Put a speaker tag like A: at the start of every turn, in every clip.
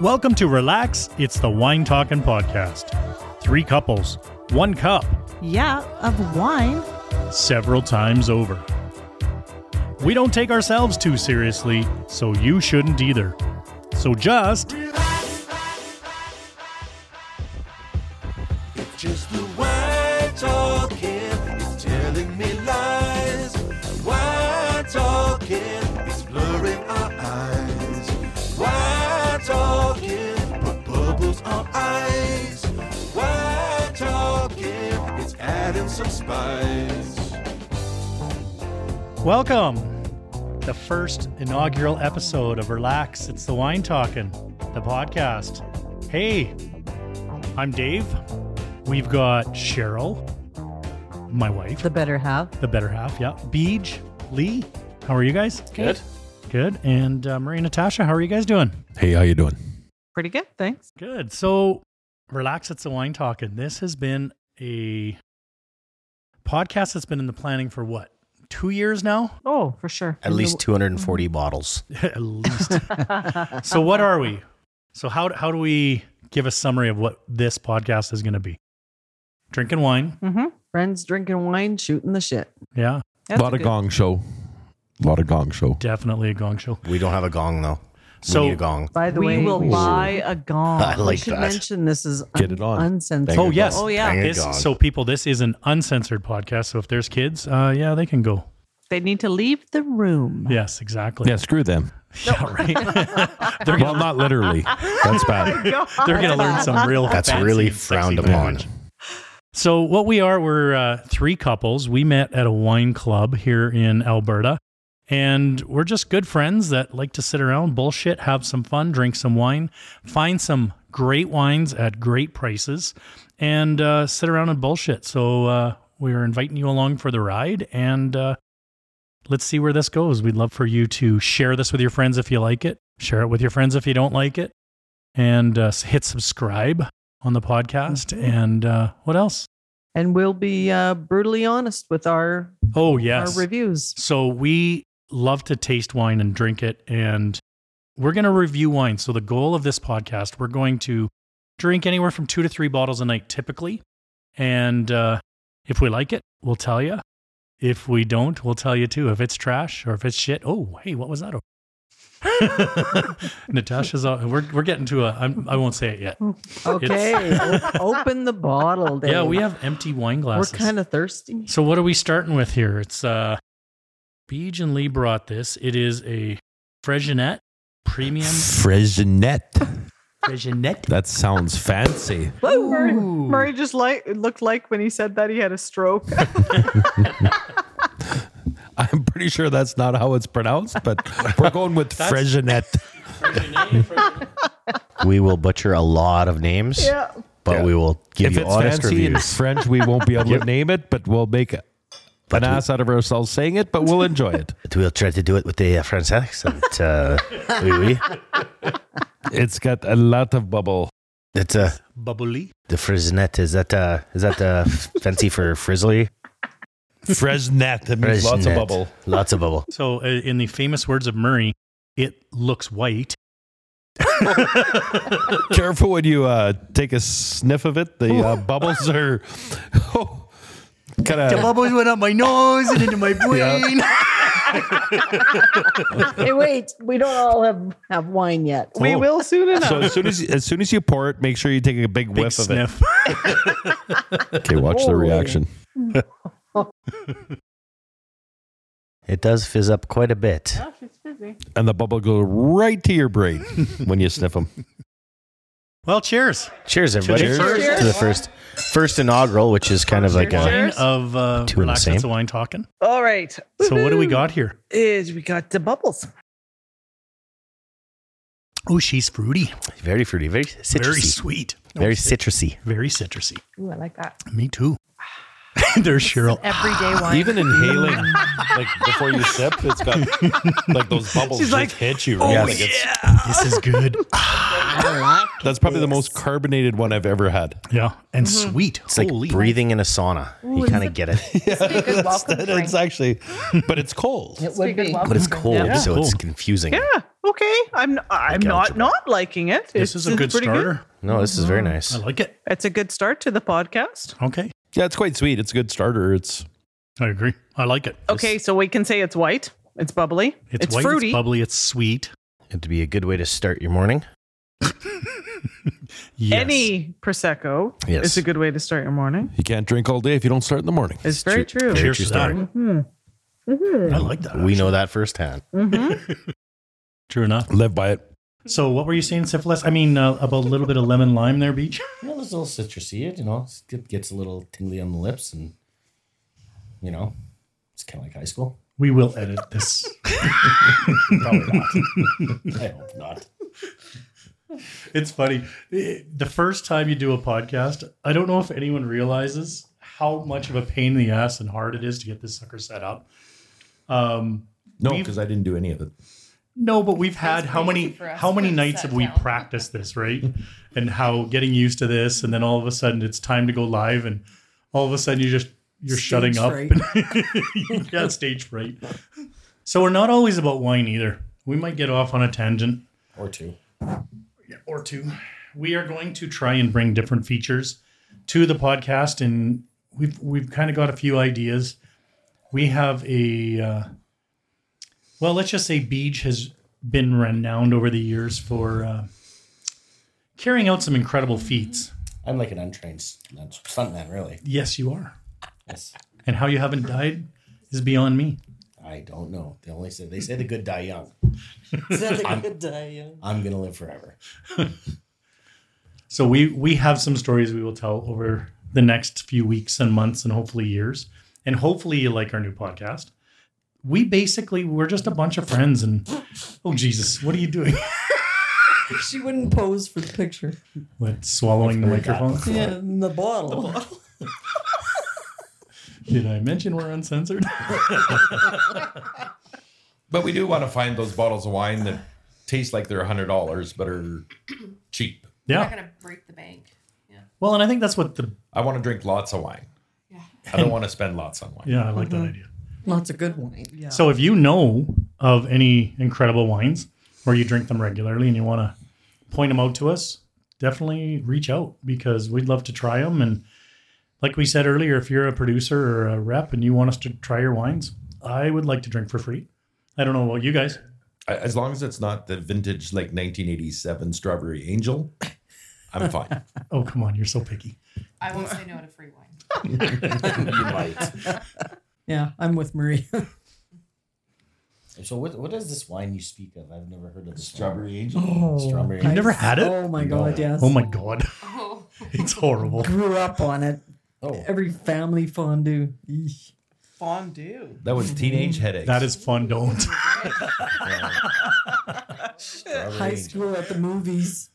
A: Welcome to Relax, it's the Wine Talkin' Podcast. Three couples, one cup,
B: Yeah, of wine.
A: several times over. We don't take ourselves too seriously, so you shouldn't either. So just
C: It's just the wine talking. It's telling me lies. Wine talking. It's blurring our eyes. Wine talking. Put bubbles on ice. Wine talking. It's adding some spice.
A: welcome. The first inaugural episode of Relax, it's the Wine Talkin', the podcast. Hey, I'm Dave. We've got Cheryl, my wife.
B: The better half.
A: the better half. Yeah. Beej, Lee, how are you guys?
C: Good.
A: Good. And uh, Maria Natasha, how are you guys doing?
C: Hey, how you doing?
B: Pretty good, thanks.
A: Good. So, relax. It's the wine talking. This has been a podcast that's been in the planning for what two years now,
B: Oh, for sure.
D: At least 240 bottles.
A: at least. so, what are we? So, how how do we give a summary of what this podcast is going to be? Drinking wine.
B: Mm-hmm. Friends drinking wine, shooting the shit.
A: Yeah,
B: That's
E: a lot of
B: good-
E: gong show. A lot of gong show.
A: definitely a gong show.
D: We don't have a gong, though.
A: So-
D: we need a gong.
B: By the
E: We
B: way,
E: will
B: buy a gong.
D: I
B: we
D: like
B: should
D: that.
B: mention this is un-
E: Get it on.
B: uncensored.
E: Bang
A: Oh
E: a
A: yes.
E: gong.
B: Oh, yeah.
D: Bang a
A: This-
D: gong.
A: so people, this is an uncensored podcast. So if there's kids, uh, yeah, they can go.
B: They need to leave the room.
A: Yes, exactly.
E: Yeah, screw them.
A: Yeah, right. they're
E: Well,
A: gonna,
E: not literally. That's bad.
A: they're gonna learn some real.
D: That's
A: fancy
D: really
A: and sexy
D: frowned upon.
A: language. So what we are, we're uh, three couples. We met at a wine club here in Alberta, and we're just good friends that like to sit around, bullshit, have some fun, drink some wine, find some great wines at great prices, and uh, sit around and bullshit. So uh, we are inviting you along for the ride, and uh, let's see where this goes. We'd love for you to share this with your friends if you like it, share it with your friends if you don't like it, and uh, s- hit subscribe on the podcast. And uh, what else?
B: And we'll be uh, brutally honest with our,
A: Oh, yes.
B: our reviews.
A: So we love to taste wine and drink it, and we're going to review wine. So the goal of this podcast, we're going to drink anywhere from two to three bottles a night typically. And uh, if we like it, we'll tell you. If we don't, we'll tell you too. If it's trash or if it's shit, oh, hey, what was that? over? Natasha's, all, we're, we're getting to a, I'm, I won't say it yet.
B: Okay. o- open the bottle. Dave.
A: Yeah, we have empty wine
B: We're
A: glasses.
B: kind of thirsty.
A: So what are we starting with here? It's uh Beej and Lee brought this. It is a Fregenet premium
E: Fresnet.
A: Fregenet.
E: That sounds fancy.
B: Murray, Murray just like it looked like when he said that he had a stroke.
E: I'm pretty sure that's not how it's pronounced, but we're going with Fresnet.
D: We will butcher a lot of names,
B: yeah.
D: but we will give
E: If
D: you
E: it's
D: honest
E: fancy in
D: reviews.
E: French, we won't be able to name it, but we'll make an ass out of ourselves saying it, but we'll enjoy it.
D: We'll try to do it with a uh, French accent. Uh, oui, oui.
E: It's got a lot of bubble.
D: It's uh,
A: Bubbly.
D: the frisnet. Is that uh, is that uh, fancy for frizzly?
E: Fresnet. It means lots of
D: Fresnet.
E: bubble.
D: Lots of bubble.
A: So uh, in the famous words of Murray, it looks white.
E: Careful when you uh, take a sniff of it. The uh, bubbles are kind of
A: bubbles went up my nose and into my brain.
B: Hey, wait, we don't all have, have wine yet. We
E: Oh.
B: will soon enough.
E: So as soon as as soon as you pour it, make sure you take a big,
A: Big
E: whiff of
A: sniff.
E: it. Okay, watch
B: the reaction.
D: It does fizz up quite a bit.
E: and the bubble go right to your brain when you sniff them.
A: Well, cheers.
D: Cheers, everybody.
A: the first.
D: To the first, first inaugural, which is kind of like a.
A: Wine
B: Cheers.
A: of uh,
D: Two in the
A: relax.
D: same.
A: It's a wine talking.
B: all right.
A: So what do we
B: Woohoo.
A: got here?
B: Is we got the bubbles.
A: Oh, she's fruity.
D: Very fruity, very
A: Very
D: citrusy,
A: sweet.
D: very, citrusy.
A: Very citrusy.
B: Ooh, I like that.
A: Me too. There's Cheryl.
B: Everyday wine.
E: Even inhaling, like before you sip, it's got like those bubbles
B: She's
E: just
B: like,
E: hit you. right?
D: "Oh,
E: Like, it's-
A: This is good.
F: That's probably the most carbonated one I've ever had.
A: Yeah, and sweet.
G: It's like
A: Holy.
G: breathing in a sauna. you
H: is
G: kind
H: it-
G: of get it,
H: Be a good welcome
F: That-
H: drink.
F: It's actually, but it's cold.
H: It would be.
G: but it's cold,
B: Yeah.
G: so it's
A: Cold.
G: confusing.
B: Yeah. Okay. I'm. I'm not
G: algebra.
B: not liking it.
A: This
B: It's-
A: is a
B: it's
A: good
B: pretty
A: starter.
G: No, this is very
D: Mm-hmm.
G: nice.
A: I like it.
B: It's a good start to the podcast.
A: Okay,
F: Yeah, it's quite sweet. It's a good starter. It's
A: I agree. I like it.
B: Okay, so we can say it's white. It's bubbly.
A: It's, white,
B: fruity.
A: it's bubbly, it's sweet.
G: It'd be a good way to start your morning.
A: Yes.
B: Any prosecco
G: Yes.
B: is a good way to start your morning.
F: you can't drink all day if you don't start in the morning.
B: It's very true.
A: Cheers
G: True
A: to that.
G: story.
A: I like that.
G: We know that firsthand.
B: Mm-hmm.
A: True enough.
F: Live by it.
A: So, what were you saying, syphilis? I mean, uh, about a little bit of lemon lime there, Beach.
D: You know, there's a little citrusy, you know, it gets a little tingly on the lips and, you know, it's kind of like high school.
A: We will edit this.
D: I hope not.
A: It's funny. The first time you do a podcast, I don't know if anyone realizes how much of a pain in the ass and hard it is to get this sucker set up. Um,
F: No, because I didn't do any of it.
A: no, but we've had how many
H: for us
A: how many
H: to
A: nights
H: set
A: have we
H: down.
A: practiced this, right? and how getting used to this, and then all of a sudden it's time to go live, and all of a sudden you just you're shutting up. yeah, stage fright. So we're not always about wine either. We might get off on a tangent.
D: Or two.
A: or two. We are going to try and bring different features to the podcast, and we've we've kind of got a few ideas. We have a uh, well, let's just say Beej has been renowned over the years for uh, carrying out some incredible feats.
D: I'm like an untrained s- not- stuntman, really.
A: Yes, you are,
D: Yes.
A: and how you haven't died is beyond me.
D: I don't know. They only say they say the good die young. I'm gonna live forever.
A: So we we have some stories we will tell over the next few weeks and months and hopefully years. And hopefully you like our new podcast. We basically we're just a bunch of friends and oh Jesus, what are you doing?
I: She wouldn't pose for the picture.
A: What swallowing the microphone?
I: Yeah, in the bottle.
A: Did I mention we're uncensored?
F: But we do want to find those bottles of wine that taste like they're hundred dollars but are cheap.
H: Not
A: yeah.
H: gonna break the bank.
A: Well, and I think that's what the
F: I want to drink lots of wine.
H: Yeah.
F: I don't want to spend lots on wine.
A: yeah, I like that idea.
I: Lots of good wine. Yeah.
A: So if you know of any incredible wines or you drink them regularly and you want to point them out to us, definitely reach out because we'd love to try them. And like we said earlier, if you're a producer or a rep and you want us to try your wines, I would like to drink for free. I don't know about you guys.
F: I- As long as it's not the vintage like 1987 Strawberry Angel, I'm fine.
A: Oh, come on. You're so picky.
H: I won't say no to free wine.
D: You might.
I: Yeah, I'm with Marie.
D: So what what is this wine you speak of? I've never heard of this.
F: Strawberry Angel.
I: Oh,
D: Strawberry.
A: You've never had it?
I: Oh my god, yes.
A: Oh my God.
H: Oh,
A: It's horrible.
I: Grew up on it.
D: Oh,
I: Every family fondue. Eesh.
B: Fondue.
F: That was teenage headaches.
A: That is fun. Don't.
I: High school at the movies.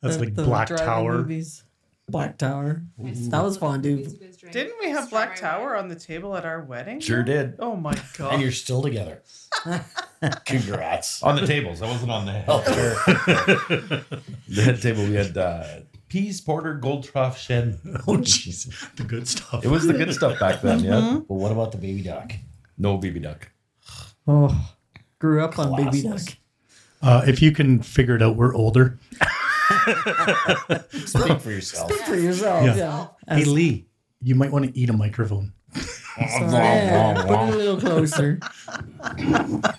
A: That's
I: At
A: like
I: the
A: Black
I: drive-in
A: Tower.
I: Movies. Black Tower. That was fondue.
B: Didn't we have Black Tower on the table at our wedding?
F: sure did
B: Oh my
D: and
B: god.
D: you're still together. Congrats.
F: on the tables. I wasn't on the head. The head table we had uh, peas, porter, gold trough, shen.
A: Oh, jeez. The good stuff.
F: It was the good stuff back then. Yeah.
D: But what about the baby duck?
F: No BB duck.
I: Oh, grew up on Baby Duck.
D: Classless.
A: Uh, if you can figure it out, we're older.
D: Speak for yourself.
I: Good for yourself.
A: Yeah.
I: Yeah.
A: Hey, Lee, you might want to eat a microphone.
I: Sorry. Yeah, Put it a little closer.
H: I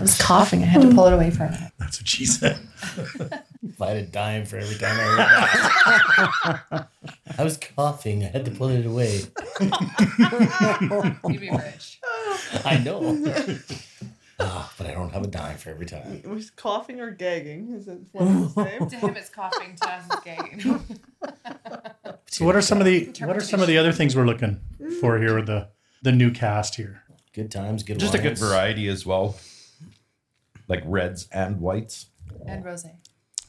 H: was coughing. I had to pull it away from it.
A: That's what she said.
D: If I had a dime for every time I heard that. I was coughing. I had to put it away.
H: You'd be rich.
D: I know. Ah, but I don't have a dime for every time.
B: Was coughing or gagging? Is it one the same?
H: to him, it's coughing. To us, it's gagging.
A: So what are some of the what are some of the other things we're looking for here with the the new cast here?
D: Good times, good
F: Just a good
D: wines.
F: variety as well. Like reds and whites.
H: and rosé.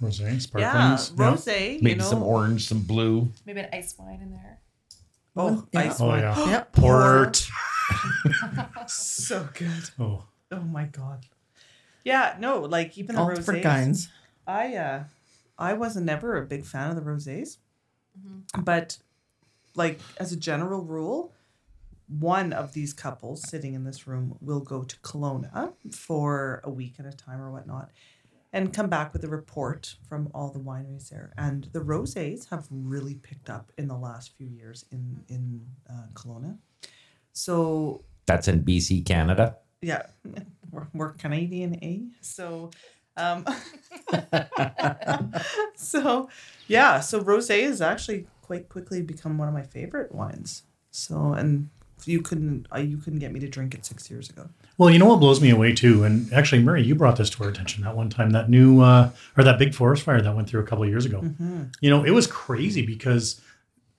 A: Rosé,
B: Yeah,
A: sparklings,
B: rose. You
F: Maybe
B: know.
F: some orange, some blue.
H: Maybe an ice wine in there.
B: oh,
I: Yeah.
B: ice
A: Oh
B: wine.
A: yeah,
I: Yep.
A: port.
B: So good.
A: Oh,
B: Oh my god. Yeah. No, like even a
I: All
B: rose.
I: different kinds.
B: I uh, I was never a big fan of the rosés, but like as a general rule, one of these couples sitting in this room will go to Kelowna for a week at a time or whatnot, and come back with a report from all the wineries there. And the rosés have really picked up in the last few years in in uh, Kelowna. So
J: That's in BC, Canada.
B: yeah, we're, we're Canadian, eh? So, um, so yeah, so rosé has actually quite quickly become one of my favorite wines. So, and you couldn't uh, you couldn't get me to drink it six years ago.
A: Well, you know what blows me away too, and actually, Murray, you brought this to our attention that one time, that new uh, or that big forest fire that went through a couple of years ago.
B: Mm-hmm.
A: You know, it was crazy because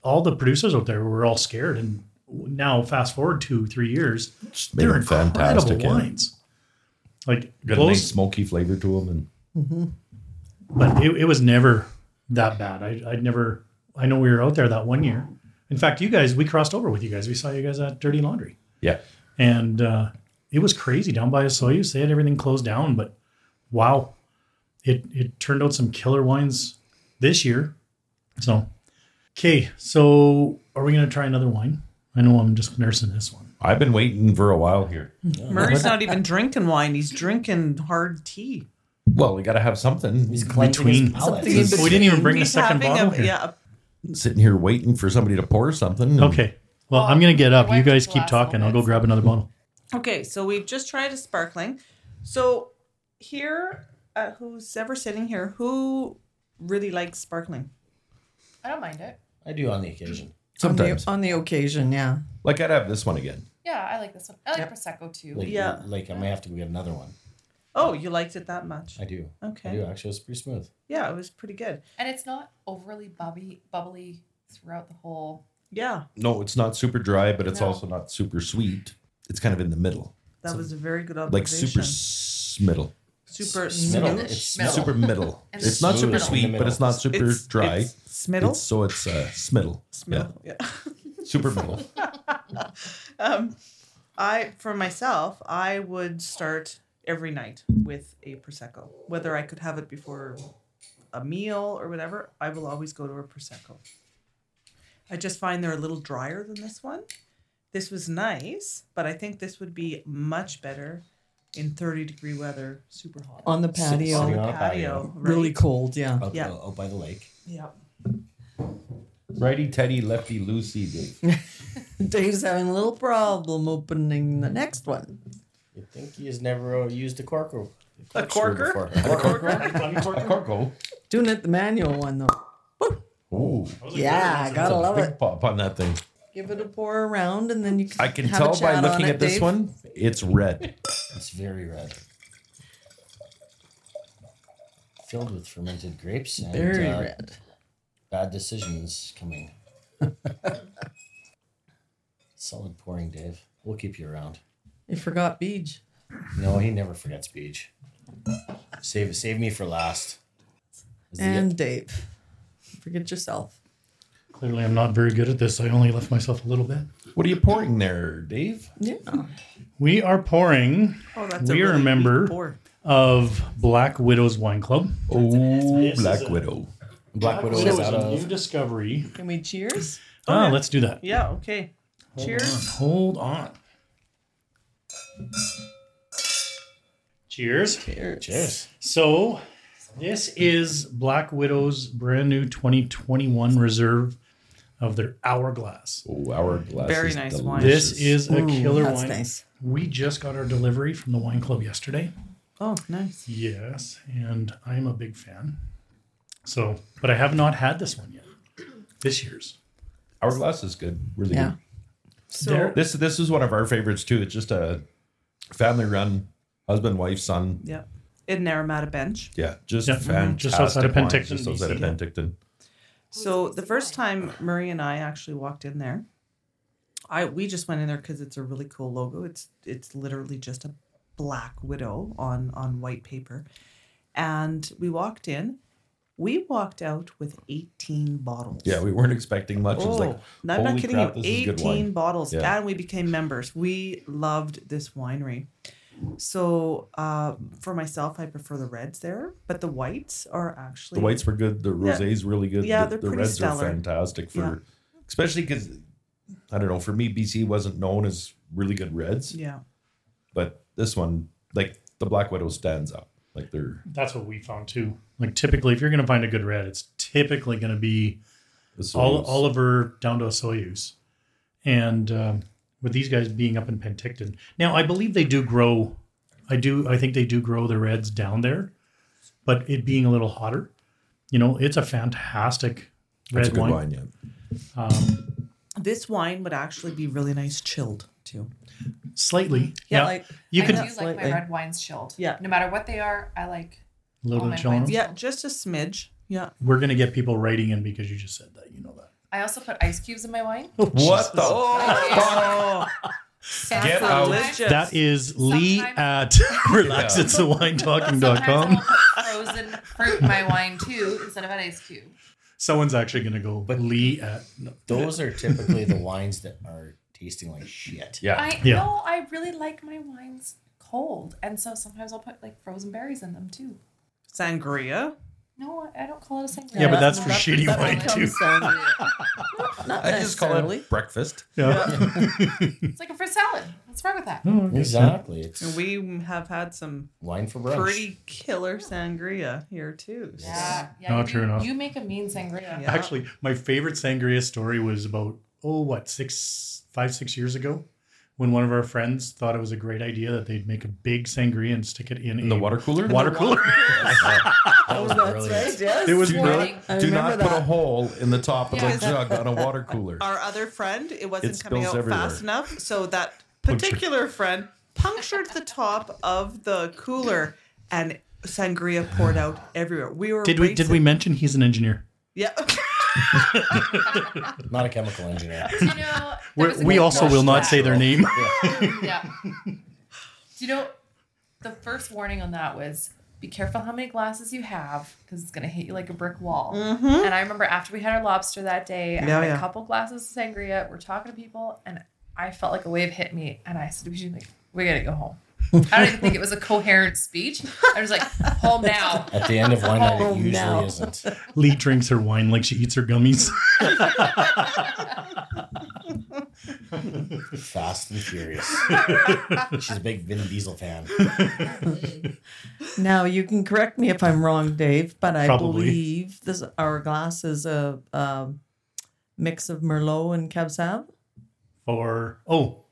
A: all the producers out there were all scared, and now fast forward two, three years,
E: made
A: they're
E: them
A: incredible
E: fantastic, yeah.
A: wines. Like
E: Got a nice
A: blows,
E: smoky flavor to them, and
A: but it, it was never that bad. I, I'd never. I know we were out there that one year. In fact, you guys, we crossed over with you guys. We saw you guys at Dirty Laundry.
E: yeah,
A: and uh, it was crazy down by Soyuz. They had everything closed down, but wow, it it turned out some killer wines this year. So, okay, so are we gonna try another wine? I know I'm just nursing this one.
E: I've been waiting for a while here.
B: Murray's not even drinking wine; he's drinking hard tea.
E: Well, we got to have something.
D: He's cleansing his
A: Between.
D: palate.
I: Something in
A: So we didn't even bring the
B: He's
A: second
B: having
A: bottle
B: a,
A: here.
B: yeah, a-
E: sitting here waiting for somebody to pour something. and
A: Okay. Well, I'm gonna get up. You guys keep
H: Glass
A: talking. I'll go
H: moments.
A: grab another bottle.
B: Okay, so we've just tried a sparkling. So here, uh, who's ever sitting here, who really likes sparkling?
H: I don't mind it.
D: I do on the occasion.
E: Sometimes,
I: on the, on the occasion, yeah.
E: like I'd have this one again.
H: Yeah, I like this one. I like prosecco too.
D: Like,
B: Yeah.
D: Like I may have to go get another one.
B: Oh, you liked it that much?
D: I do. I do
B: Okay.
D: actually. It's pretty smooth.
B: Yeah, it was pretty good.
H: And it's not overly bubbly, bubbly throughout the whole.
B: Yeah,
E: No, it's not super dry, but it's
H: No.
E: also not super sweet. It's kind of in the middle,
B: that was a very good
E: like
B: observation.
E: super s- middle,
B: super
D: Middle.
B: smooth.
D: It's
H: Middle.
E: super middle.
H: And
E: it's not super
D: smooth in the
E: sweet, but
D: middle.
E: it's not super
B: It's-
E: dry.
B: it's Smittle.
E: It's- so it's uh, smiddle.
B: Smittle. Yeah.
E: Yeah, super middle.
B: um, I for myself, I would start every night with a prosecco. Whether I could have it before a meal or whatever, I will always go to a prosecco. I just find they're a little drier than this one. This was nice, but I think this would be much better in 30 degree weather, super hot.
I: On the
D: Sit- sitting
I: patio.
D: on a
B: patio, right?
I: Really cold, yeah.
D: Out,
B: Yeah.
D: out Oh, by the lake.
B: Yeah.
E: Righty Teddy, lefty loosey, Dave.
I: Dave's having a little problem opening the next one.
D: You think he has never uh, used a corker?
B: A corker?
D: before. A corker?
E: Corco.
I: Doing it the manual one, though.
E: Ooh,
I: Yeah, I gotta love
E: big
I: it.
E: pop on that thing.
I: Give it a pour around, and then you can
E: I can
I: have a
E: tell by
I: chat on
E: looking
I: it,
E: at this
I: Dave.
E: one, it's red.
D: it's very red. Filled with fermented grapes and
I: Very
D: uh,
I: red.
D: bad decisions coming. Solid pouring, Dave. We'll keep you around.
I: You forgot Beej.
D: No, he never forgets beach. Save save me for last. Is the-
I: And Dave. Forget yourself.
A: Clearly, I'm not very good at this. I only left myself a little bit.
E: What are you pouring there, Dave?
I: Yeah.
A: We are pouring
B: Oh, that's
A: We
B: a really
A: remember-
B: weak pour.
A: of Black Widow's Wine Club.
E: Oh,
A: This
E: Black
A: is a-
E: Widow.
D: Black Widow
A: Widow
D: is out
A: a new
D: of
A: discovery.
I: Can we cheers?
A: Ah,
B: Okay.
A: let's do that.
B: Yeah, okay. Cheers.
A: Hold on. Cheers.
I: Cheers.
D: Cheers.
A: So, this is Black Widow's brand new 2021 reserve of their Hourglass.
E: Oh, hourglass.
B: Very
E: is
B: nice
E: delicious.
B: wine.
A: This is a killer
I: that's
A: wine.
I: nice.
A: We just got our delivery from the wine club yesterday.
B: Oh, nice.
A: Yes, and I'm a big fan. So, but I have not had this one yet. This year's.
E: hourglass is good. Really
I: Yeah.
B: So
A: There-
E: good. This this is one of our favorites too. It's just a family run, husband, wife, son.
B: Yeah. In Naramata Bench.
E: Yeah, just
A: Yeah, mhm.
E: fantastic.
A: Just outside of
E: wine,
A: Penticton,
E: Just outside of
A: BC.
E: Penticton.
B: So the first time Murray and I actually walked in there, I we just went in there because it's a really cool logo. It's it's literally just a black widow on on white paper, and we walked in. We walked out with eighteen bottles.
E: Yeah, we weren't expecting much. it
B: Oh,
E: was like,
B: no, I'm not
E: holy
B: kidding
E: crap,
B: you.
E: this is good wine.
B: 18 bottles.
E: Yeah.
B: And we became members. We loved this winery. So uh, for myself, I prefer the reds there, but the whites are actually
E: The whites were good. The rosé's really good.
B: Yeah,
E: the,
B: they're
E: the
B: pretty
E: reds
B: stellar.
E: are fantastic for, especially because I don't know. For me, BC wasn't known as really good reds,
B: Yeah,
E: but this one, like the Black Widow, stands up. Like they're
A: That's what we found too. Like typically, if you're going to find a good red, it's typically going to be
E: the
A: all,
E: soils.
A: Oliver down to a Soyuz, and um, with these guys being up in Penticton. Now, I believe they do grow. I do. I think they do grow the reds down there, but it being a little hotter, you know, it's a fantastic red
E: That's a good
A: wine.
E: wine. yeah.
A: Um,
B: this wine would actually be really nice chilled too.
A: slightly,
I: Yeah,
A: yeah.
I: like
A: you
H: I
A: could
H: do
A: a
H: like
I: Slightly.
H: my red wines chilled.
B: Yeah.
H: No matter what they are, I like.
A: little
H: all
A: bit
H: my
A: of chill on
H: wines.
A: them.
B: Yeah, just a smidge. Yeah,
A: We're gonna get people writing in because you just said that. You know that.
H: I also put ice cubes in my wine.
E: Oh,
A: Oh,
E: What the? oh,
H: Get
E: out.
A: Oh, That is Lee
H: Sometimes-
A: at relaxitsthewine.talking.com.
H: Sometimes I'll put frozen fruit in my wine too instead of an ice cube.
A: Someone's actually going to go
D: But-
A: Lee at. No.
D: Those are typically the wines that are tasting like shit.
E: Yeah.
H: I
A: Yeah.
H: no, I really like my wines cold, and so sometimes I'll put like frozen berries in them too.
B: sangria.
H: No, I I don't call it a sangria.
A: Yeah, but that's for
I: that-
A: shitty
I: that
A: wine
I: becomes
A: too.
I: sangria. Not
E: I just call
I: necessarily.
E: it breakfast.
A: Yeah.
H: It's like a fruit salad. What's wrong with that?
A: Hmm.
D: Exactly. It's
B: And we have had some
D: wine for brunch.
B: pretty killer sangria here too. so-
H: Yeah, yeah.
A: No,
H: you,
A: true enough.
H: You make a mean sangria.
B: Yeah.
A: Actually, my favorite sangria story was about oh what six five six years ago, when one of our friends thought it was a great idea that they'd make a big sangria and stick it in
E: In the
A: a
E: water cooler.
A: water cooler.
D: That was brilliant.
A: it was
E: Do
A: brilliant.
E: not,
H: Warning.
I: I
E: do
I: remember
E: not put a
I: that.
E: hole in the top of
H: Yeah.
E: a jug on a water cooler.
B: Our other friend, it wasn't
E: It
B: coming
E: spills
B: out fast
E: everywhere.
B: enough, so that particular friend punctured the top of the cooler, and sangria poured out everywhere. We were
A: Did we did we
B: racing.
A: mention he's an engineer?
B: Yeah.
D: Not a chemical engineer.
H: You know, there
A: We're,
H: was a
A: we
H: good
A: also will
H: portion
A: not
H: of
A: say
H: that.
A: their name.
H: Yeah. Do you know the first warning on that was be careful how many glasses you have because it's gonna hit you like a brick wall. And I remember after we had our lobster that day, I
B: Yeah,
H: had
B: yeah.
H: a couple glasses of sangria. We're talking to people, and I felt like a wave hit me, and I said to Eugene, like, "We gotta go home." I don't even think it was a coherent speech. I was like, "Home now."
D: At the end of wine night,
I: Oh,
D: it usually
I: no.
D: isn't.
A: Lee drinks her wine like she eats her gummies.
D: Fast and Furious. She's a big Vin Diesel fan.
I: Now you can correct me if I'm wrong, Dave, but I
A: Probably.
I: believe this our glass is a, a mix of Merlot and Cab Sav.
A: Or oh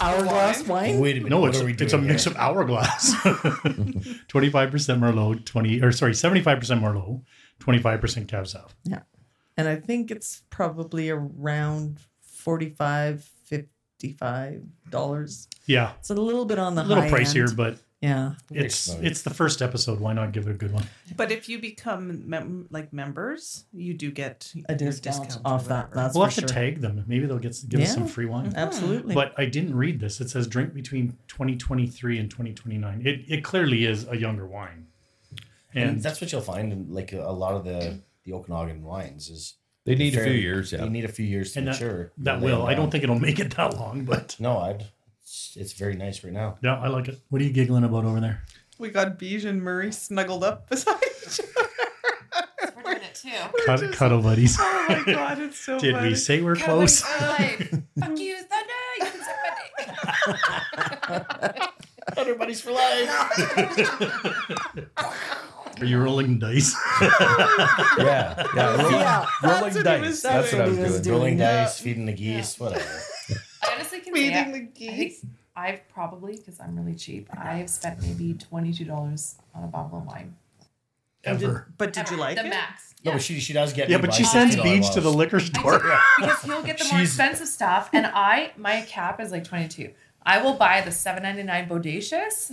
I: Our glass wine.
D: Wait a minute.
A: No,
D: what
A: it's,
D: are we
A: it's a
D: doing
A: mix
D: here?
A: of hourglass. 25% Merlot, 20 or sorry, 75% Merlot, 25% Cab Sav.
I: And I think it's probably around 45 55 dollars.
A: Yeah.
I: It's a little bit on the
A: A little
I: high
A: pricier,
I: end.
A: but
I: yeah.
A: it's
D: Excellent.
A: it's the first episode. Why not give it a good one?
B: But if you become mem- like members, you do get
I: A
B: your
I: discount
B: or
I: off that.
B: whatever.
I: That's
A: we'll
I: for
A: have
I: sure.
A: to tag them. Maybe they'll get give us
I: Yeah.
A: some free wine.
I: Absolutely.
A: But I didn't read this. It says drink between 2023 and 2029. It it clearly is a younger wine.
D: And
A: And
D: that's what you'll find in like a lot of the, the Okanagan wines is
E: They need a
D: Fair-
E: few years. Yeah.
D: They need a few years to
A: And that-
D: mature.
A: that
D: Lay
A: will.
D: them
A: I don't
D: down.
A: think it'll make it that long, but
D: No, I'd. It's, it's very nice right now.
A: yeah, I like it. What are you giggling about over there?
B: We got Beige and Murray snuggled up beside each other.
H: We're doing it too.
A: Cut, cuddle buddies.
B: Oh my god, it's so
A: Did
B: funny. uh,
A: we say we're
H: Kinda like
A: close?
H: our life. Fuck you, Thunder. You can suck my dick.
D: Everybody's for life.
A: Are you rolling dice?
D: yeah, yeah. Rolling,
I: Yeah,
D: rolling
B: what he was
D: dice. That's
B: doing.
D: what I was
I: That's what he
D: doing.
I: was
D: Rolling
I: doing.
D: dice, feeding the geese, whatever.
H: I honestly can say
B: Feeding
H: I-
B: the
H: I
B: geese.
H: think I've probably, because I'm really cheap, I've spent maybe $22 on a bottle of wine.
A: Ever.
B: But did you
H: Ever.
B: like
H: the
B: it? Oh,
H: max.
D: No,
H: Yeah.
D: but she she does get.
A: Yeah,
D: me
A: but
D: by
A: she sends
D: $60
A: Beach to the
D: bottles.
A: liquor
H: I
A: store.
H: do, because he'll get the more
D: She's-
H: expensive stuff, and I my cap is like twenty two. I will buy the seven ninety nine bodacious.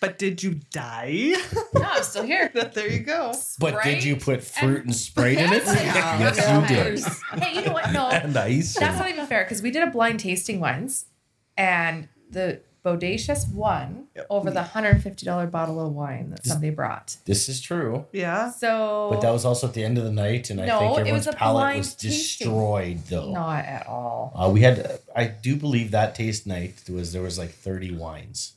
B: But did you die?
H: No, I'm still here.
B: there you go.
D: But did you put fruit and Sprite in it?
H: Yes,
D: Yes, you did.
H: Hey, you know what? No,
E: And ice.
H: That's not even fair because we did a blind tasting once, and the Bodacious won over the $150 bottle of wine that somebody brought.
D: This is true.
B: Yeah.
H: So
D: But that was also at the end of the night, and
H: Oh. No,
D: I think
H: it
D: everyone's
H: was a
D: palate
H: blind
D: was
H: tasting.
D: destroyed, though.
H: not at all.
D: Uh, we had, I do believe that taste night was there was like thirty wines.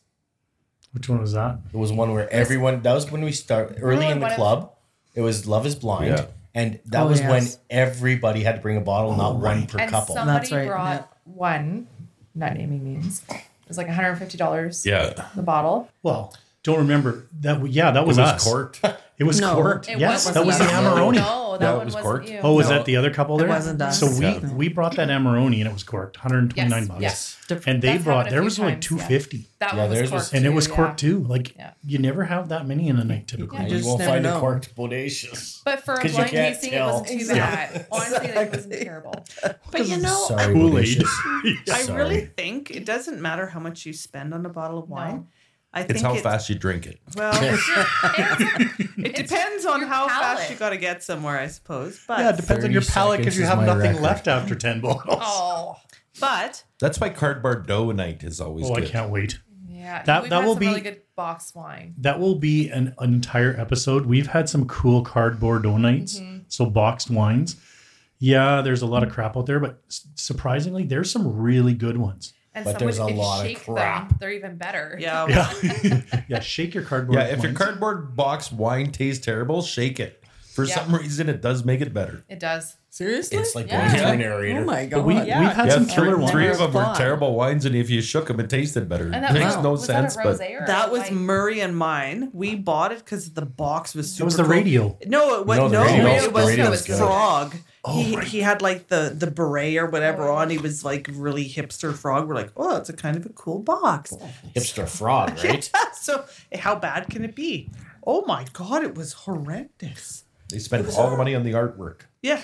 A: Which one was that?
D: It was one where everyone. That was when we start early
H: Really,
D: in
H: what
D: the
H: if-
D: club. It was Love Is Blind,
F: Yeah.
D: and that
I: Oh,
D: was when
I: yes.
D: everybody had to bring a bottle, not one per
H: and
D: couple.
H: somebody
I: That's right,
H: brought
I: yeah.
H: one, not naming names. It was like $150
F: Yeah.
H: the bottle.
A: Well, don't remember that. Yeah, that was,
F: it was
A: us.
F: corked.
A: It was
I: No,
A: corked.
H: It
A: yes,
H: wasn't
A: that was the
H: you.
A: Amarone.
H: No, that
F: Yeah, it
H: one
F: was
H: wasn't
F: corked.
H: you.
A: Oh, was
D: No.
A: that the other couple there?
I: wasn't us.
A: So we
F: Yeah.
A: we brought that Amarone and it was corked, 129
H: Yes,
A: bucks.
H: yes.
A: And they
H: That's
A: brought
H: happened a
A: there
H: few
A: was like
H: times, yeah.
A: 250,
H: That
D: Yeah,
H: one was
D: theirs was-
H: corked.
A: and it was
H: too,
A: corked
H: yeah.
A: too. Like
H: Yeah.
A: you never have that many in a night typically.
D: Yeah,
I: just
D: you won't
I: never
D: find
I: know.
D: a corked bodacious.
H: But for a
D: 'Cause you
H: blind
D: can't
H: tasting, it
D: tell.
H: wasn't too bad. Honestly, like, it wasn't terrible.
B: But you know,
I: Oh.
D: Sorry,
A: Kool-Aid.
D: bodacious.
B: I
D: Sorry.
B: really think it doesn't matter how much you spend on a bottle of wine. I think
E: It's how
B: it,
E: fast you drink it.
B: Well,
H: It's-
B: it depends on
H: your
B: how fast
H: palate.
B: you got to get somewhere, I suppose.
A: Yeah, it
B: But
A: depends on your
D: 30
A: palate because you
D: seconds
A: have
D: is my
A: nothing
D: record.
A: left after 10 bottles.
H: oh,
B: but
E: That's why card Bordeaux night is always
A: Oh, I
E: good.
A: can't wait.
H: yeah.
A: That-
H: We've
A: that
H: had
A: will
H: some
A: be-
H: really good box wine.
A: That will be an entire episode. We've had some cool cardboard nights, so boxed wines. Yeah, there's a lot of crap out there, but s- surprisingly, there's some really good ones.
H: And
D: But
H: some
D: there's
H: would-
D: a
H: if you
D: lot of
H: shake Them,
D: crap.
H: they're even better.
B: yeah,
A: Yeah, yeah. Shake your cardboard.
E: Yeah, if your
A: wines.
E: cardboard box wine tastes terrible, shake it. For
H: Yeah.
E: some reason, it does make it better.
H: It does.
I: Seriously?
D: It's like
H: Yeah.
D: going through an
I: oh
D: aerator.
I: my god.
A: But we
B: yeah.
A: we've had
E: yeah,
A: some
E: three,
A: killer ones.
E: three of them were
I: Fun.
E: terrible wines, and if you shook them, it tasted better.
H: And
E: It
H: that
E: makes
H: was,
E: no
H: was
E: sense,
H: that a rose
E: but
H: or
B: that was
H: like,
B: Murray and mine. We bought it because the box was super.
A: It was the
B: cool.
A: radio.
B: No, it was
D: No,
B: no,
D: the radio's-
B: it was,
D: the
B: it
D: radio's
B: was
D: good.
B: frog. he, he had like the the beret or
H: Oh.
B: whatever on. He was like really hipster frog. We're like, oh, it's a kind of a cool box.
D: Hipster frog, right?
B: so how bad can it be? Oh my god, it was horrendous.
E: they spent all the money on the artwork,
B: Yeah,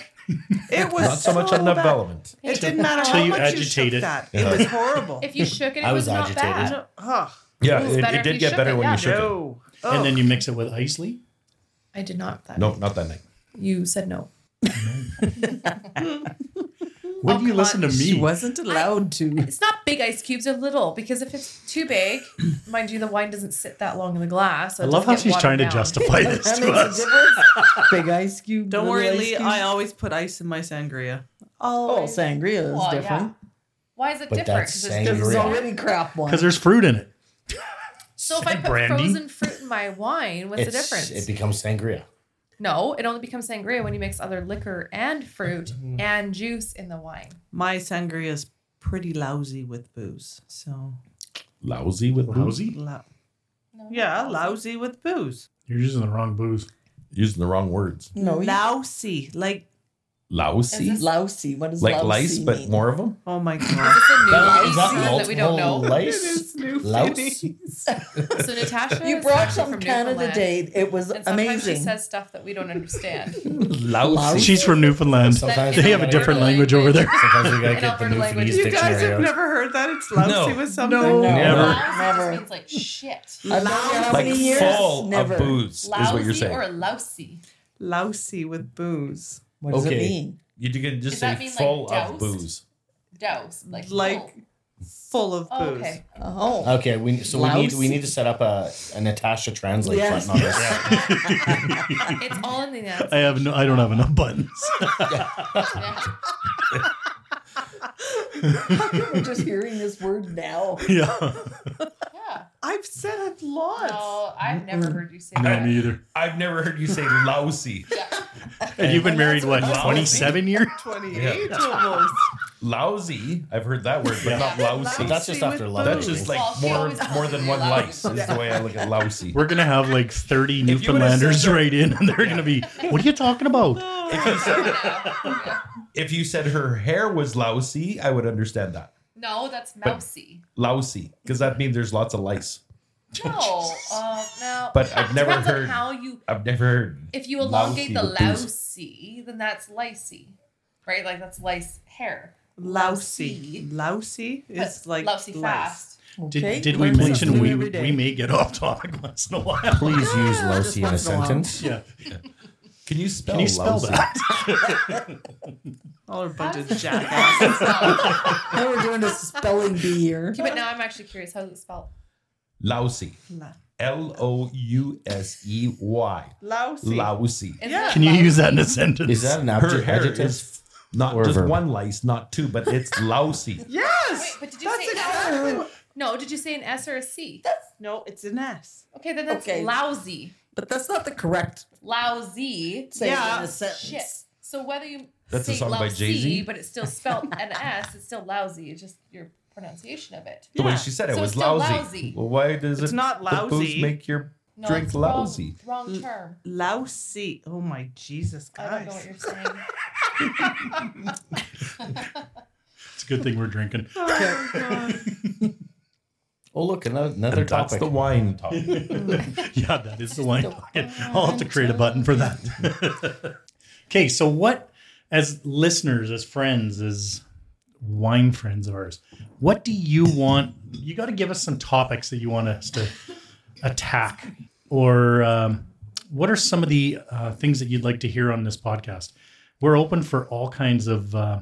B: it was
E: not so much on
B: bad.
E: development.
B: It didn't matter
A: Till
B: how
A: you
B: much
A: agitate
B: you shook
A: it.
B: that.
E: Yeah.
B: It was horrible.
H: If you shook it, it
D: I
H: was,
D: was
H: not
D: agitated.
H: bad.
B: Ugh,
E: Yeah,
H: was
E: it,
H: better
E: it
H: if
E: did
H: you
E: get
H: shook
E: better
H: it,
E: when
H: yeah.
E: you shook
B: no.
A: And then you mix it with Isley.
H: I did not that.
E: it. No, not that night.
H: You said no.
A: When
H: Oh,
A: do you
H: come
A: listen to
H: on.
A: me?
I: She wasn't allowed to.
H: It's not big ice cubes, they're little because if it's too big, mind you, the wine doesn't sit that long in the glass. So
A: I
H: it
A: love
H: doesn't
A: how
H: get
A: she's
H: watered
A: trying to
H: down.
A: justify this
I: That
A: to
I: makes a
A: us.
I: difference. Big ice cube.
B: Don't
I: little
B: worry,
I: ice
B: Lee.
I: cube.
B: I always put ice in my sangria.
I: Oh,
B: Always.
I: sangria is
H: Well, yeah.
I: different.
H: Why is it
D: But
H: different?
D: that's
H: 'Cause it's
D: saying
I: Because
H: different.
I: it's
D: Sangria.
I: already crap one.
A: Because there's fruit in it.
H: So if I put
A: Brandy.
H: frozen fruit in my wine, what's the
D: It's-
H: difference?
D: It becomes sangria.
H: no, it only becomes sangria when you mix other liquor and fruit
A: Mm-hmm.
H: and juice in the wine.
B: My sangria is pretty lousy with booze. So
E: Lousy with booze.
A: Lousy.
B: lou- yeah, lousy with booze.
A: You're using the wrong booze.
E: Using the wrong words.
I: no, you
B: Lousy, like
E: Lousy.
H: Is this-
I: lousy. What does
E: like
I: lousy
E: lice,
I: mean?
E: but more of them.
B: oh my
H: Is
B: god.
H: this a new
D: That- is
H: disease
D: that
H: that we don't know?
D: multiple Lice?
B: new
D: Louse?
H: So Natasha,
I: You
H: is
I: brought
H: actually
I: some
H: from
I: Canada
H: Newfoundland,
I: Day. It was
H: and sometimes
I: amazing.
H: She says stuff that we don't understand.
D: Lousy.
A: She's from Newfoundland.
D: Sometimes
A: They
D: we
A: have a
D: gotta
A: different
D: get-
A: language over there.
D: Sometimes we gotta
H: In
D: get the
H: Alberta language.
D: Newfoundlandese
B: You guys
D: dictionary
B: have
D: out.
B: never heard that it's lousy
E: No.
B: with something.
A: Never.
H: Lousy
I: Never.
H: just means like shit.
I: I don't care how
E: Like
I: many years.
E: fall
I: Never.
E: of booze is what you're
H: Lousy
E: saying.
H: or lousy.
B: Lousy with booze.
I: What does it
D: Okay.
I: mean?
E: you can just
H: Does that
E: say
H: mean, like,
E: full of
H: doused?
E: booze.
H: Douse. Like,
B: Like
H: full.
B: full of
H: Oh,
B: booze.
H: okay.
I: Oh,
D: Okay, we so we need we need to set up a, a Natasha translate
I: Yes.
D: button on this.
H: It's all in the announcement.
A: I have no. I don't have enough buttons.
H: Yeah.
I: I'm just hearing this word now.
A: yeah.
H: Yeah.
B: I've said it lots.
H: No, I've never heard you say
A: No,
H: that.
A: me either.
E: I've never heard you say lousy.
A: And you've been married what?
E: lousy.
A: Twenty-seven years.
B: 28 almost.
E: Lousy. I've heard that word, but
D: Yeah.
E: not
D: But
E: lousy.
B: Lousy.
D: that's just after
B: with
D: love.
E: That's just like
H: Well, she
E: more
H: always
E: more than
H: calls
E: one
H: me
E: lice is the way I look at lousy.
A: We're gonna have like thirty
E: If you would've
A: Newfoundlanders
E: said that-
A: right in, and they're gonna be. What are you talking about?
E: If you said her hair was lousy, I would understand that.
H: No, that's mousy.
E: Lousy, because that means there's lots of lice.
H: No, uh, no.
E: But I've never
H: Depends
E: heard-
H: On how you,
E: I've never heard.
H: if you elongate the
E: with booze.
H: lousy, then that's licey, right? Like that's lice hair.
B: Lousy. Lousy
H: But
B: is like
H: lousy
B: lice.
H: fast.
A: Did,
I: Okay,
A: did we
I: learn something
A: mention we
I: every day.
A: we may get off topic once in a while?
D: Please use
I: just
D: lousy in a
I: once in a while.
D: sentence.
A: Yeah.
E: Can you spell?
B: Can you spell
E: Oh, lousy?
B: that? All are a bunch of jackasses.
I: now we're doing a spelling bee here.
H: Okay, but now I'm actually curious. How does it spell?
E: Lousy. L O U S E Y.
B: Lousy.
E: Lousy.
H: Is Yeah. it
A: Can you use that in a sentence?
E: Is that
D: an
E: Her
D: abject-
E: hair
D: adjective?
E: is not
D: Or a
E: just
D: verb?
E: one lice, not two, but it's lousy.
B: Yes.
H: Wait, but did you say an S? No, did you say an S or a C?
B: That's no, it's an S.
H: Okay, then that's
I: Okay.
H: lousy.
I: But that's not the correct.
H: Lousy.
I: Say it in a sentence.
H: Shit. So whether you
E: That's a
H: say
E: song by
H: lousy,
E: Jay-Z.
H: but it's still spelled an S, it's still lousy. It's just your pronunciation of it.
E: The way she said it
H: So it's
E: was
H: still
E: lousy.
H: lousy.
E: Well, why does
B: It's
E: it
B: not
E: the booze
B: lousy.
E: make your
H: No,
E: drink
H: it's wrong-
E: lousy?
H: Wrong, term.
B: Lousy. Oh my Jesus,
H: I don't know what
B: guys.
H: you're saying.
A: It's a good thing we're drinking.
D: Oh, look, another, another
E: And that's
D: topic.
E: the wine talk.
A: yeah, that is the wine pocket. I'll have to create a button for that. okay, so what, as listeners, as friends, as wine friends of ours, what do you want? You got to give us some topics that you want us to attack, or um, what are some of the uh, things that you'd like to hear on this podcast? We're open for all kinds of. Uh,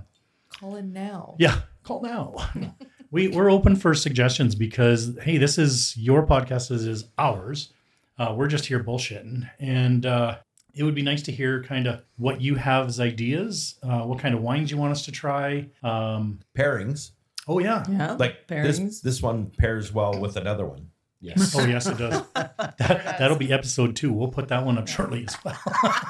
H: Call in now.
A: yeah, call now. we we're open for suggestions because hey, this is your podcast. This is ours. Uh, we're just here bullshitting, and uh, it would be nice to hear kind of what you have as ideas, uh, what kind of wines you want us to try. Um,
E: Pairings.
A: oh yeah,
I: Yeah.
E: Like this
I: Pairings.
E: this one pairs well with another one.
D: Yes.
A: oh yes, it does. That that'll be episode two. We'll put that one up shortly as well.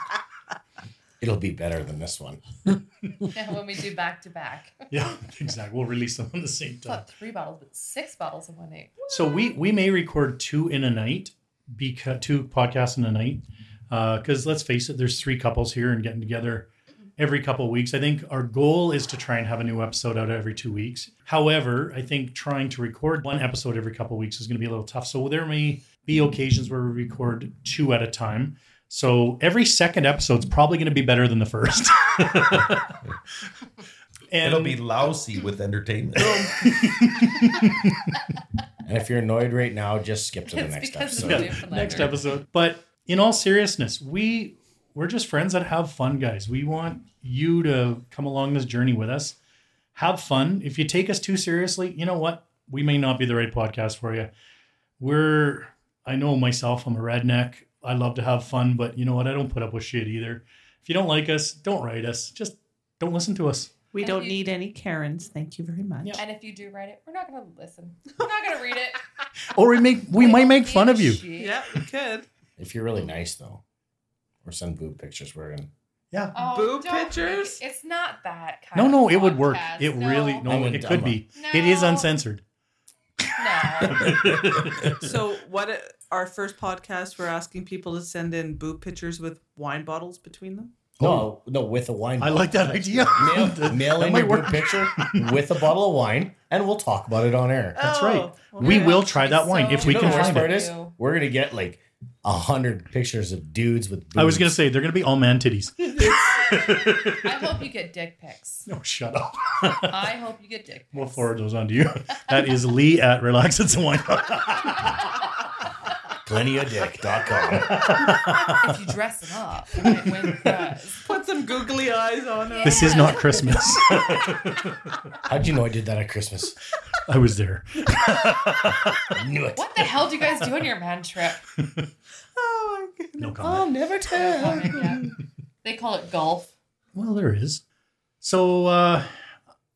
D: It'll be better than this one.
H: Yeah, when we do back to back.
A: yeah, exactly. We'll release them on the same time.
H: Not three bottles, but six bottles of one eight.
A: So we we may record two in a night, because two podcasts in a night, because let's face it, there's three couples here and getting together every couple of weeks. I think our goal is to try and have a new episode out every two weeks. However, I think trying to record one episode every couple of weeks is going to be a little tough. So there may be occasions where we record two at a time. So every second episode's probably going to be better than the first. and
E: It'll be lousy with entertainment.
D: And if you're annoyed right now, just skip to the
H: It's
D: next
H: because of
D: episode.
H: the
A: Yeah, next episode. But in all seriousness, we we're just friends that have fun, guys. We want you to come along this journey with us. Have fun. If you take us too seriously, you know what? We may not be the right podcast for you. We're I know myself, I'm a redneck. I love to have fun, but you know what? I don't put up with shit either. If you don't like us, don't write us. Just don't listen to us.
B: We
H: And
B: don't
H: you-
B: need any Karens. Thank you very much.
H: And if you do write it, we're not going to listen. We're not going to read it.
A: Or we make we might make fun of you.
H: Shit.
B: Yeah, we could.
D: If you're really nice, though, or send boob pictures, we're in.
A: Yeah.
H: Oh,
B: Boob
H: don't make-
B: pictures?
H: It's not that kind
A: No,
H: of
A: no, it would work.
H: podcast.
A: It really
D: I
A: no,
D: wouldn't-
A: it could
D: I'm
A: be.
H: not-
A: It is
H: No.
A: uncensored.
H: No.
B: So what? uh, Our first podcast, we're asking people to send in boob pictures with wine bottles between them.
D: No, Oh, no, with a wine.
A: I like that idea.
D: Mail, mail in
A: might
D: your boob picture with a bottle of wine, and we'll talk about it on air.
A: That's
B: Oh,
A: right.
B: okay.
A: We will try that wine if
H: So-
A: we
D: You know
A: can
D: the worst
A: find
D: part
A: it.
D: is we're gonna get like a hundred pictures of dudes with. Boobs.
A: I was going to say they're going to be all man titties.
H: I hope you get dick pics.
A: No, Oh, shut up.
H: I hope you get dick pics.
A: We'll forward those on to you. That is Lee at Relax It's a Wine.
D: plentyofdick.com.
H: if you dress them up, right, when, uh,
B: Put some googly eyes on it.
A: This is not Christmas.
D: How'd you know I did that at Christmas?
A: I was there.
D: I knew it.
H: what the hell do you guys do on your man trip?
B: Oh my goodness.
A: No comment.
B: never
H: Oh, yeah. They call it golf.
A: Well, there is. So uh,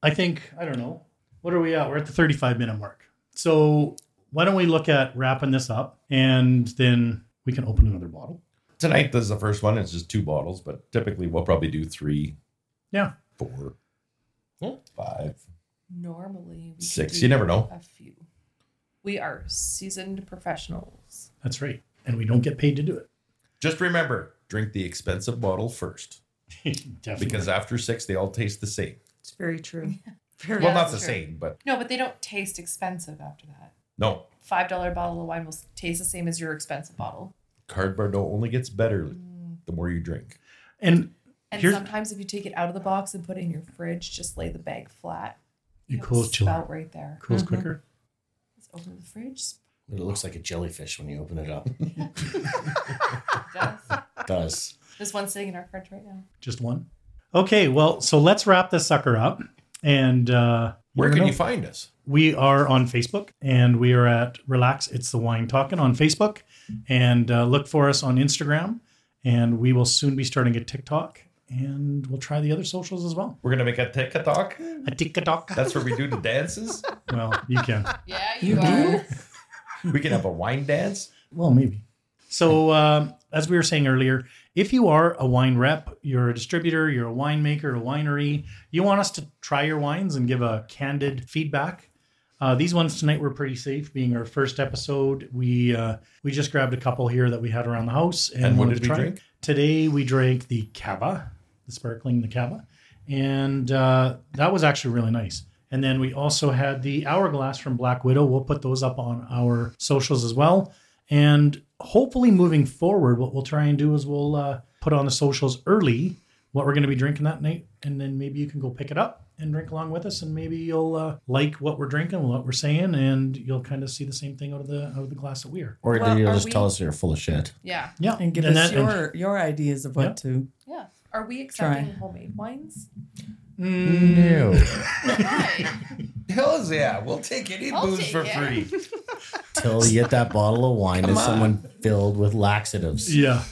A: I think, I don't know. What are we at? We're at the 35 minute mark. So why don't we look at wrapping this up and then we can open another bottle?
E: Tonight this is the first one. It's just two bottles, but typically we'll probably do three,
A: Yeah.
E: four, five.
H: Normally, we
E: Six.
H: do
E: You never know.
H: A few. We are seasoned professionals.
A: That's right. And we don't get paid to do it.
E: Just remember, drink the expensive bottle first.
A: Definitely.
E: Because after six they all taste the same.
B: It's very true. Very
E: well
H: Yeah,
E: not the
H: sure.
E: same, but
H: No, but they don't taste expensive after that.
E: no.
H: Five dollar bottle of wine will taste the same as your expensive bottle.
E: Cardboard only gets better the more you drink.
A: and
H: And
A: Here's-
H: sometimes if you take it out of the box and put it in your fridge, just lay the bag flat.
A: it
H: have a
A: cools chiller.
H: spout right there.
A: Cools quicker.
H: It's over the fridge.
D: It looks like a jellyfish when you open it up.
H: Does.
D: It does.
H: There's one sitting in our fridge right now.
A: Just one. Okay, well, so let's wrap this sucker up. And uh,
E: Where
A: never
E: can
A: know.
E: you find us?
A: We are on Facebook and we are at Relax It's the Wine Talking on Facebook. And uh, look for us on Instagram. And we will soon be starting a TikTok and we'll try the other socials as well.
E: We're gonna make a TikTok.
A: A TikTok.
E: That's where we do the dances.
A: Well, you can.
H: Yeah,
A: you You are.
E: We can have a wine dance.
A: Well, maybe. So, um, as we were saying earlier, if you are a wine rep, you're a distributor, you're a winemaker, a winery, you want us to try your wines and give a candid feedback. Uh, these ones tonight were pretty safe, being our first episode. We uh, we just grabbed a couple here that we had around the house and,
E: And what
A: wanted
E: did
A: to
E: we
A: try.
E: drink?
A: Today we drank the Cava, the sparkling the Cava, and uh, that was actually really nice. And then we also had the Hourglass from Black Widow. We'll put those up on our socials as well. And hopefully, moving forward, what we'll try and do is we'll uh, put on the socials early what we're going to be drinking that night, and then maybe you can go pick it up and drink along with us, and maybe you'll uh, like what we're drinking, what we're saying, and you'll kind of see the same thing out of the out of the glass that we're.
D: Or
I: Well,
D: you'll
I: are
D: just tell
I: we-
D: us you're full of shit.
H: Yeah.
A: Yeah,
I: and give us your your ideas of what
A: Yeah.
I: to.
H: Yeah. Are we
I: Try.
H: accepting homemade wines?
D: Mm. No.
E: Hells yeah, we'll take any
H: I'll
E: booze
H: take
E: for
H: it.
E: free.
D: Till you get that bottle of wine and someone filled with laxatives.
A: yeah.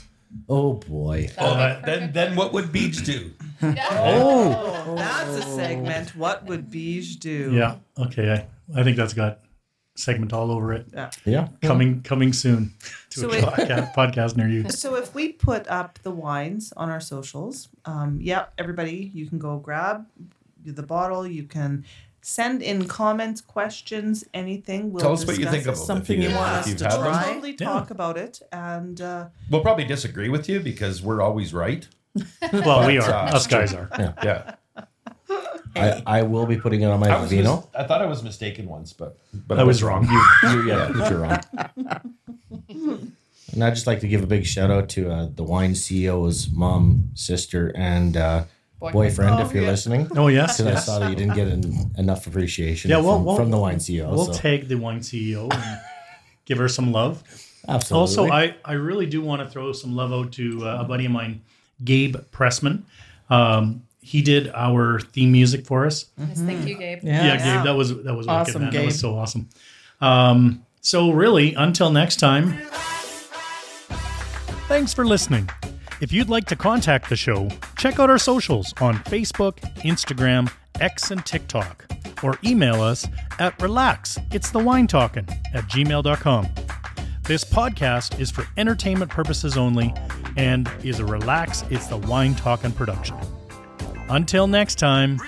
D: Oh boy.
E: Oh, that, then then what would Beach do?
H: Oh.
B: That's a segment. What would Beige do?
A: Yeah. Okay. I, I think that's got segment all over it.
D: Yeah.
A: Coming coming soon to
B: So
A: a
B: it-
A: podcast, podcast near you.
B: So if we put up the wines on our socials, um, yep, everybody, you can go grab the bottle. You can send in comments, questions, anything. We'll
E: Tell us what you
B: discuss
E: think
B: it.
E: of them.
I: something you want
E: if
I: us
E: you've
I: to
E: had
B: We'll
E: them.
I: try.
B: totally
A: Yeah.
B: talk about it, and uh,
E: We'll probably disagree with you because we're always right.
A: Well, we are.
E: But, uh,
A: Us guys are.
E: Yeah,
D: I, I will be putting it on my
E: I was.
D: vino.
E: mis- I thought I was mistaken once, but but
A: I was wrong.
D: you, yeah, but you're wrong. and I'd just like to give a big shout out to uh, the wine CEO's mom, sister, and uh,
H: Boy-
D: boyfriend, if
H: Oh,
D: you're
H: yeah.
D: listening.
A: Oh yes.
D: Because I saw that you didn't get en- enough appreciation
A: Yeah, we'll-
D: from,
A: we'll-
D: from the wine CEO.
A: We'll
D: so.
A: tag the wine CEO and give her some love.
D: Absolutely.
A: Also, I, I really do want to throw some love out to uh, a buddy of mine, Gabe Pressman. Um, he did our theme music for us.
H: Yes, thank you, Gabe.
A: Yeah,
I: Yeah.
A: Gabe, that was that was wicked,
I: Awesome,
A: man. That
I: Gabe.
A: was so awesome. Um, so really, until next time. Thanks for listening. If you'd like to contact the show, check out our socials on Facebook, Instagram, X, and TikTok, or email us at relax. It's the wine talking at gmail.com. This podcast is for entertainment purposes only and is a relax. It's the wine talking production. Until next time.